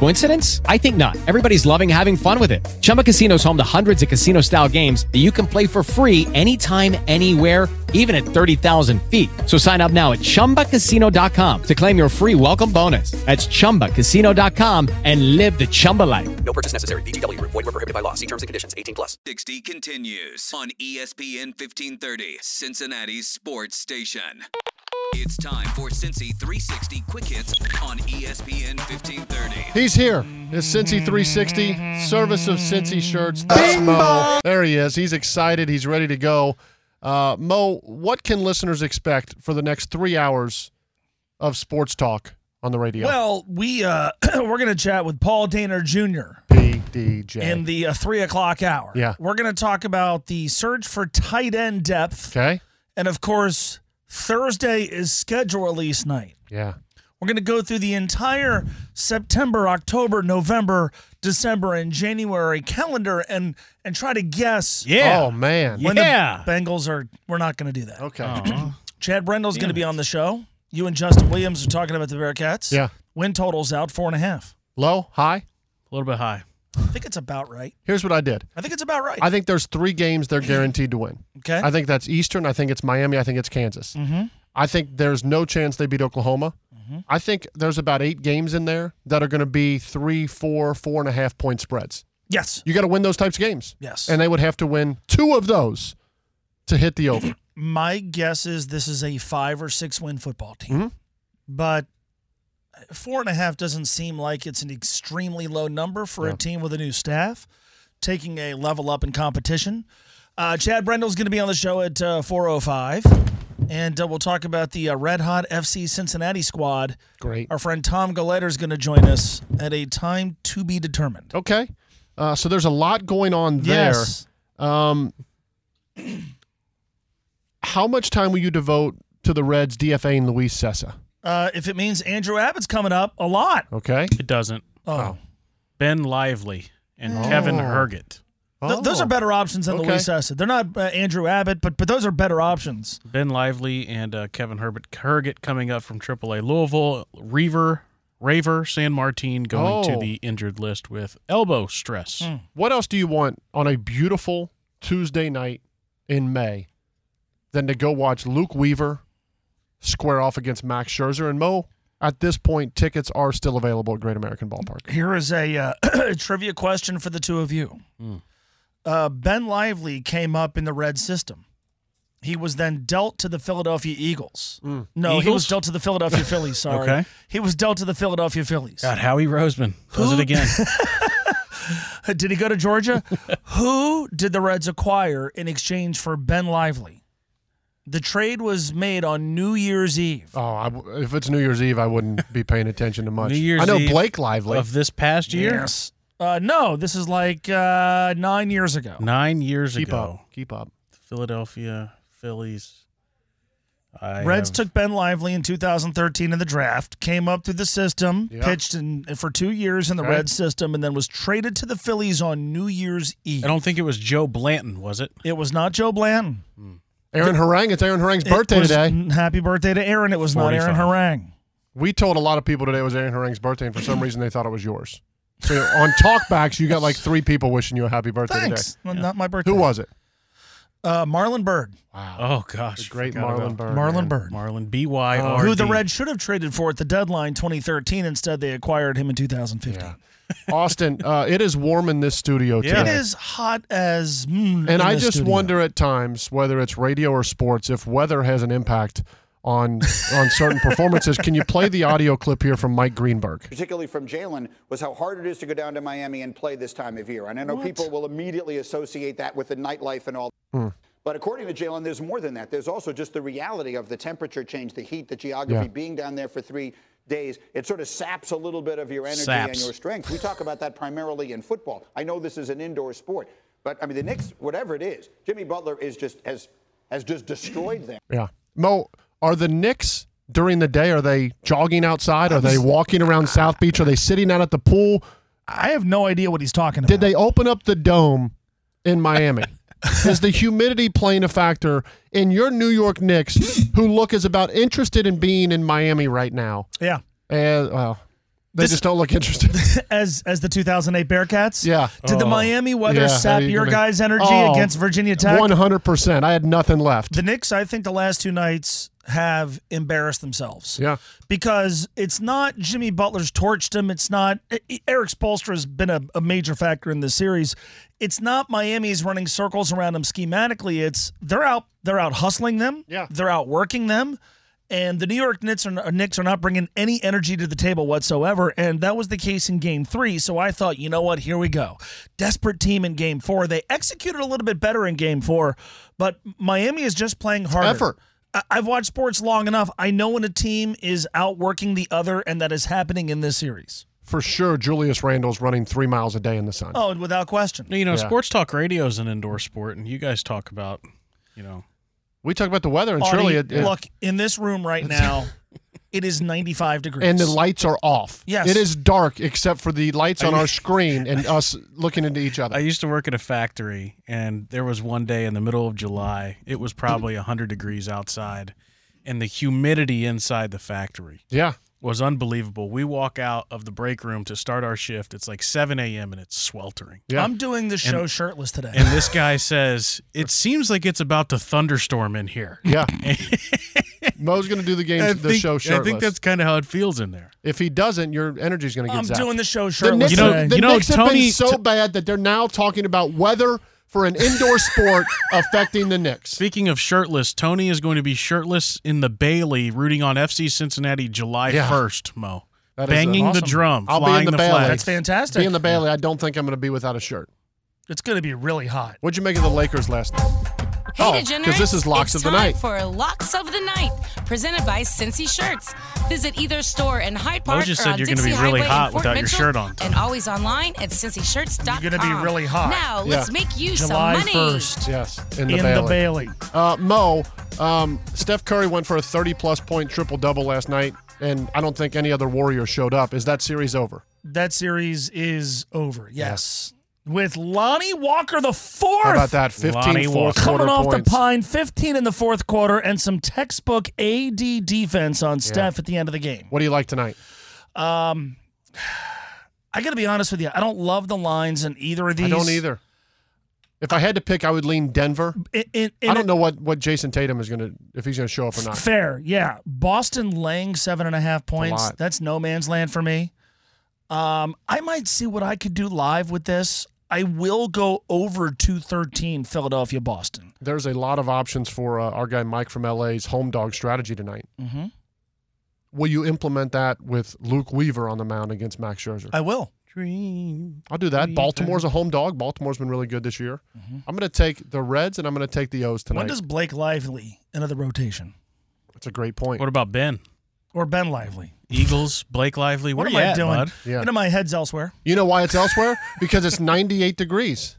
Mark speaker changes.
Speaker 1: Coincidence? I think not. Everybody's loving having fun with it. Chumba Casino is home to hundreds of casino style games that you can play for free anytime, anywhere even at 30,000 feet. So sign up now at ChumbaCasino.com to claim your free welcome bonus. That's ChumbaCasino.com and live the Chumba life.
Speaker 2: No purchase necessary. VGW Group. Void were prohibited by law. See terms and conditions. 18 plus.
Speaker 3: 60 continues on E ESPN 1530, Cincinnati's sports station. It's time for Cincy 360 Quick Hits on E ESPN 1530.
Speaker 4: He's here. It's Cincy 360, service of Cincy shirts. That's Mo. There he is. He's excited. He's ready to go. Uh, Mo, what can listeners expect for the next three hours of sports talk on the radio?
Speaker 5: Well, we uh, we're gonna chat with Paul Danner Jr.
Speaker 4: PDJ.
Speaker 5: in the uh, three o'clock hour.
Speaker 4: Yeah.
Speaker 5: we're gonna talk about the search for tight end depth,
Speaker 4: okay.
Speaker 5: and of course, Thursday is schedule release night.
Speaker 4: Yeah.
Speaker 5: We're gonna go through the entire September, October, November, December, and January calendar, and and try to guess
Speaker 4: Oh man.
Speaker 5: when the
Speaker 1: Yeah.
Speaker 5: Bengals are. We're not gonna do that.
Speaker 4: Okay.
Speaker 5: Chad Brendel's gonna be on the show. You and Justin Williams are talking about the Bearcats.
Speaker 4: Yeah.
Speaker 5: Win totals out four and a half.
Speaker 4: Low, high.
Speaker 6: A little bit high.
Speaker 5: I think it's about right.
Speaker 4: Here's what I did.
Speaker 5: I think it's about right.
Speaker 4: I think there's three games they're guaranteed to win.
Speaker 5: okay. Mm-hmm.
Speaker 4: I think that's Eastern. I think it's Miami. I think it's Kansas. I think there's no chance they beat Oklahoma. I think there's about eight games in there that are going to be three, four, four and a half point spreads.
Speaker 5: yes.
Speaker 4: You got to win those types of games.
Speaker 5: Yes.
Speaker 4: And they would have to win two of those to hit the over.
Speaker 5: My guess is this is a five or six win football team,
Speaker 4: Mhm.
Speaker 5: but four and a half doesn't seem like it's an extremely low number for a team with a new staff taking a level up in competition. Uh, Chad Brendel's going to be on the show at uh, 4.05, and uh, we'll talk about the uh, Red Hot FC Cincinnati squad.
Speaker 4: Great.
Speaker 5: Our friend Tom Galletter's going to join us at a time to be determined.
Speaker 4: Okay. Uh, so there's a lot going on there.
Speaker 5: Yes.
Speaker 4: Um, how much time will you devote to the Reds, DFA, and Luis Sessa?
Speaker 5: Uh, if it means Andrew Abbott's coming up, a lot.
Speaker 4: Okay.
Speaker 6: It doesn't.
Speaker 5: Oh.
Speaker 6: Ben Lively and
Speaker 4: Oh.
Speaker 6: Kevin Hergett.
Speaker 5: Th- those
Speaker 6: Oh.
Speaker 5: are better options than
Speaker 4: Okay.
Speaker 5: Luis Sessa. They're not uh, Andrew Abbott, but but those are better options.
Speaker 6: Ben Lively and uh, Kevin Herbert Hergett coming up from AAA Louisville. Reaver, Raver, San Martin going
Speaker 4: Oh.
Speaker 6: to the injured list with elbow stress.
Speaker 4: What else do you want on a beautiful Tuesday night in May than to go watch Luke Weaver square off against Max Scherzer and Mo? At this point, tickets are still available at Great American Ballpark.
Speaker 5: Here is a uh, trivia question for the two of you.
Speaker 6: Hmm.
Speaker 5: Uh, ben Lively came up in the red system. He was then dealt to the Philadelphia Eagles. No, he was
Speaker 6: Hmm. Eagles?
Speaker 5: dealt to the Philadelphia Phillies. Sorry,
Speaker 6: Okay.
Speaker 5: he was dealt to the Philadelphia Phillies.
Speaker 6: God, Howie Roseman does it again.
Speaker 5: Did he go to Georgia? Who did the Reds acquire in exchange for Ben Lively? The trade was made on New Year's Eve.
Speaker 4: Oh, I w if it's New Year's Eve, I wouldn't be paying attention to much.
Speaker 6: New Year's
Speaker 4: I know
Speaker 6: Eve
Speaker 4: Blake Lively.
Speaker 6: of this past year,
Speaker 5: Yes. Uh, no, this is like uh, nine years ago.
Speaker 6: nine years
Speaker 4: keep
Speaker 6: ago,
Speaker 4: up, keep up.
Speaker 6: Philadelphia Phillies. I
Speaker 5: Reds
Speaker 6: have-
Speaker 5: took Ben Lively in 2013 in the draft, came up through the system,
Speaker 4: Yeah.
Speaker 5: pitched in, for two years in the
Speaker 4: Okay.
Speaker 5: Reds system, and then was traded to the Phillies on New Year's Eve.
Speaker 6: I don't think it was Joe Blanton, was it?
Speaker 5: It was not Joe Blanton.
Speaker 4: Aaron Harang, it's Aaron Harang's
Speaker 5: It
Speaker 4: birthday
Speaker 5: was-
Speaker 4: today.
Speaker 5: n- Happy birthday to Aaron. It was not Aaron
Speaker 6: 45.
Speaker 5: Harang.
Speaker 4: We told a lot of people today it was Aaron Harang's birthday, and for some reason they thought it was yours. So on Talkbacks, you got like three people wishing you a happy birthday
Speaker 5: Thanks. Well, Not my birthday.
Speaker 4: today. Who was it?
Speaker 5: Uh, Marlon Bird.
Speaker 4: Wow,
Speaker 6: Oh
Speaker 4: the
Speaker 6: gosh,
Speaker 4: great
Speaker 6: forgot
Speaker 4: Marlon
Speaker 6: about-
Speaker 4: Byrd.
Speaker 5: Marlon
Speaker 4: man.
Speaker 5: Bird.
Speaker 6: Marlon B Y
Speaker 4: Oh.
Speaker 6: R.
Speaker 5: Who the
Speaker 6: D.
Speaker 5: Reds should have traded for at the deadline 2013. Instead, they acquired him in 2015.
Speaker 4: Yeah. Austin, uh, it is warm in this studio
Speaker 6: Yeah.
Speaker 5: It
Speaker 4: today.
Speaker 5: is hot as. Mm, in
Speaker 4: And I
Speaker 5: this
Speaker 4: just
Speaker 5: studio.
Speaker 4: wonder at times whether it's radio or sports if weather has an impact on on certain performances. Can you play the audio clip here from Mike Greenberg?
Speaker 7: particularly from Jalen, was how hard it is to go down to Miami and play this time of year. And I know people will immediately associate that with the nightlife and all. But according to Jalen, there's more than that. There's also just the reality of the temperature change, the heat, the geography,
Speaker 4: Yeah.
Speaker 7: being down there for three days. It sort of saps a little bit of your energy and
Speaker 6: Saps.
Speaker 7: your strength. We talk about that primarily in football. I know this is an indoor sport, but I mean the Knicks, whatever it is, Jimmy Butler is just has has just destroyed them.
Speaker 4: Yeah. Mo, are the Knicks during the day? Are they jogging outside? Are they walking around South Beach? Are they sitting out at the pool?
Speaker 5: I have no idea what he's talking about.
Speaker 4: Did they open up the dome in Miami? Is the humidity playing a factor in your New York Knicks, who look as about interested in being in Miami right now?
Speaker 5: Yeah.
Speaker 4: And well, they
Speaker 5: This-
Speaker 4: just don't look interested.
Speaker 5: As as the 2008 Bearcats.
Speaker 4: Yeah.
Speaker 5: Did the Miami weather
Speaker 4: Yeah, how
Speaker 5: sap
Speaker 4: you
Speaker 5: your
Speaker 4: gonna-
Speaker 5: guys' energy
Speaker 4: Oh,
Speaker 5: against Virginia Tech?
Speaker 4: One hundred percent. I had nothing left.
Speaker 5: The Knicks, I think the last two nights have embarrassed themselves.
Speaker 4: Yeah.
Speaker 5: Because it's not Jimmy Butler's torched him. It's not E, Eric Spolstra has been a, a major factor in this series. It's not Miami's running circles around him schematically. It's they're out they're out hustling them.
Speaker 4: Yeah.
Speaker 5: They're out working them. And the New York Knicks are, uh, Knicks are not bringing any energy to the table whatsoever. And that was the case in game three. So I thought, you know what? Here we go. Desperate team in game four. They executed a little bit better in game four, but Miami is just playing harder.
Speaker 4: effort.
Speaker 5: I- I've watched sports long enough. I know when a team is outworking the other, and that is happening in this series.
Speaker 4: For sure, Julius Randle's running three miles a day in the sun.
Speaker 5: Oh, and without question.
Speaker 6: You know,
Speaker 4: Yeah.
Speaker 6: sports talk radio is an indoor sport, and you guys talk about, you know,
Speaker 4: We talk about the weather, and
Speaker 5: Arnie,
Speaker 4: surely it, it-
Speaker 5: look, in this room right now, it is 95 degrees.
Speaker 4: and the lights are off.
Speaker 5: Yes.
Speaker 4: it is dark except for the lights on
Speaker 6: you-
Speaker 4: our screen and us looking into each
Speaker 6: I
Speaker 4: other.
Speaker 6: used to work at a factory, and there was one day in the middle of July, it was probably 100 degrees outside, and the humidity inside the factory
Speaker 4: Yeah,
Speaker 6: was unbelievable. We walk out of the break room to start our shift. It's like 7 a.m., and it's sweltering.
Speaker 4: yeah.
Speaker 5: I'm doing the show shirtless today.
Speaker 6: And this guy says, It seems like it's about to thunderstorm in here.
Speaker 4: yeah. Mo's going to do the game,
Speaker 6: I
Speaker 4: the
Speaker 6: think-
Speaker 4: show shirtless.
Speaker 6: I think that's kind of how it feels in there.
Speaker 4: if he doesn't, your energy's going to get
Speaker 5: I'm
Speaker 4: zapped.
Speaker 5: doing the show
Speaker 4: the
Speaker 5: shirtless
Speaker 4: Knicks,
Speaker 6: You know-
Speaker 5: today.
Speaker 4: the
Speaker 6: you know,
Speaker 4: Knicks have
Speaker 6: Tony-
Speaker 4: been so
Speaker 6: t-
Speaker 4: bad that they're now talking about weather for an indoor sport affecting the Knicks.
Speaker 6: Speaking of shirtless, Tony is going to be shirtless in the Bailey, rooting on FC Cincinnati July
Speaker 4: Yeah.
Speaker 6: 1st, Mo.
Speaker 4: That is
Speaker 6: Banging
Speaker 4: awesome.
Speaker 6: the drum,
Speaker 4: I'll be in
Speaker 6: flying
Speaker 4: the
Speaker 6: the,
Speaker 4: Bailey.
Speaker 6: flag.
Speaker 5: That's fantastic.
Speaker 4: Being the Bailey, I don't think I'm going to be without a shirt.
Speaker 5: it's going to be really hot.
Speaker 4: What'd you make of the Lakers last night?
Speaker 8: Hey,
Speaker 4: Oh, 'cause
Speaker 8: degenerates,
Speaker 4: this is Locks
Speaker 8: it's
Speaker 4: of the
Speaker 8: time
Speaker 4: Night.
Speaker 8: for Locks of the Night, presented by Cincy Shirts. Visit either store in Hyde Park
Speaker 6: just
Speaker 8: or
Speaker 6: said
Speaker 8: on
Speaker 6: you're gonna
Speaker 8: Dixie
Speaker 6: be really
Speaker 8: Highway in
Speaker 6: hot
Speaker 8: Fort
Speaker 6: without your
Speaker 8: Mitchell,
Speaker 6: shirt on.
Speaker 8: And always online at cincyshirts.com.
Speaker 5: You're gonna be really hot.
Speaker 8: Now, let's make you
Speaker 5: July
Speaker 8: some money.
Speaker 5: 1st.
Speaker 4: Yes, in the
Speaker 5: In
Speaker 4: Bailey.
Speaker 5: the Bailey.
Speaker 4: Uh, Mo, um, Steph Curry went for a 30 plus point triple double last night, and I don't think any other Warrior showed up. Is that series over?
Speaker 5: That series is over. Yes. With Lonnie Walker the fourth.
Speaker 4: How about that? 15
Speaker 6: Lonnie
Speaker 4: fourth
Speaker 6: Walker.
Speaker 4: quarter
Speaker 5: Coming off
Speaker 4: points.
Speaker 5: the pine, 15 in the fourth quarter, and some textbook AD defense on Steph at the end of the game.
Speaker 4: What do you like tonight?
Speaker 5: Um, I got to be honest with you. I don't love the lines in either of these.
Speaker 4: I don't either. If I had to pick, I would lean Denver.
Speaker 5: In, in, in
Speaker 4: I don't know what, what Jason Tatum is going to, if he's going to show up or not.
Speaker 5: Fair, yeah. Boston laying seven and a half points.
Speaker 4: lot.
Speaker 5: That's no man's land for me. Um, I might see what I could do live with this. I will go over 213 Philadelphia Boston.
Speaker 4: There's a lot of options for uh, our guy Mike from LA's home dog strategy tonight.
Speaker 5: Mm-hmm.
Speaker 4: Will you implement that with Luke Weaver on the mound against Max Scherzer?
Speaker 5: I will.
Speaker 6: Dream.
Speaker 4: I'll do that. Baltimore's a home dog. Baltimore's been really good this year. I'm going to take the Reds and I'm going to take the O's
Speaker 5: Mm-hmm. When
Speaker 4: tonight.
Speaker 5: does Blake Lively enter the rotation?
Speaker 4: That's a great point.
Speaker 6: What about Ben?
Speaker 5: Or Ben Lively?
Speaker 6: Eagles, Blake Lively.
Speaker 5: What
Speaker 6: Where
Speaker 5: am
Speaker 6: you
Speaker 5: I
Speaker 6: at,
Speaker 5: doing?
Speaker 6: bud?
Speaker 4: Yeah.
Speaker 5: You know, my head's elsewhere.
Speaker 4: You know why it's elsewhere? because it's 98 degrees.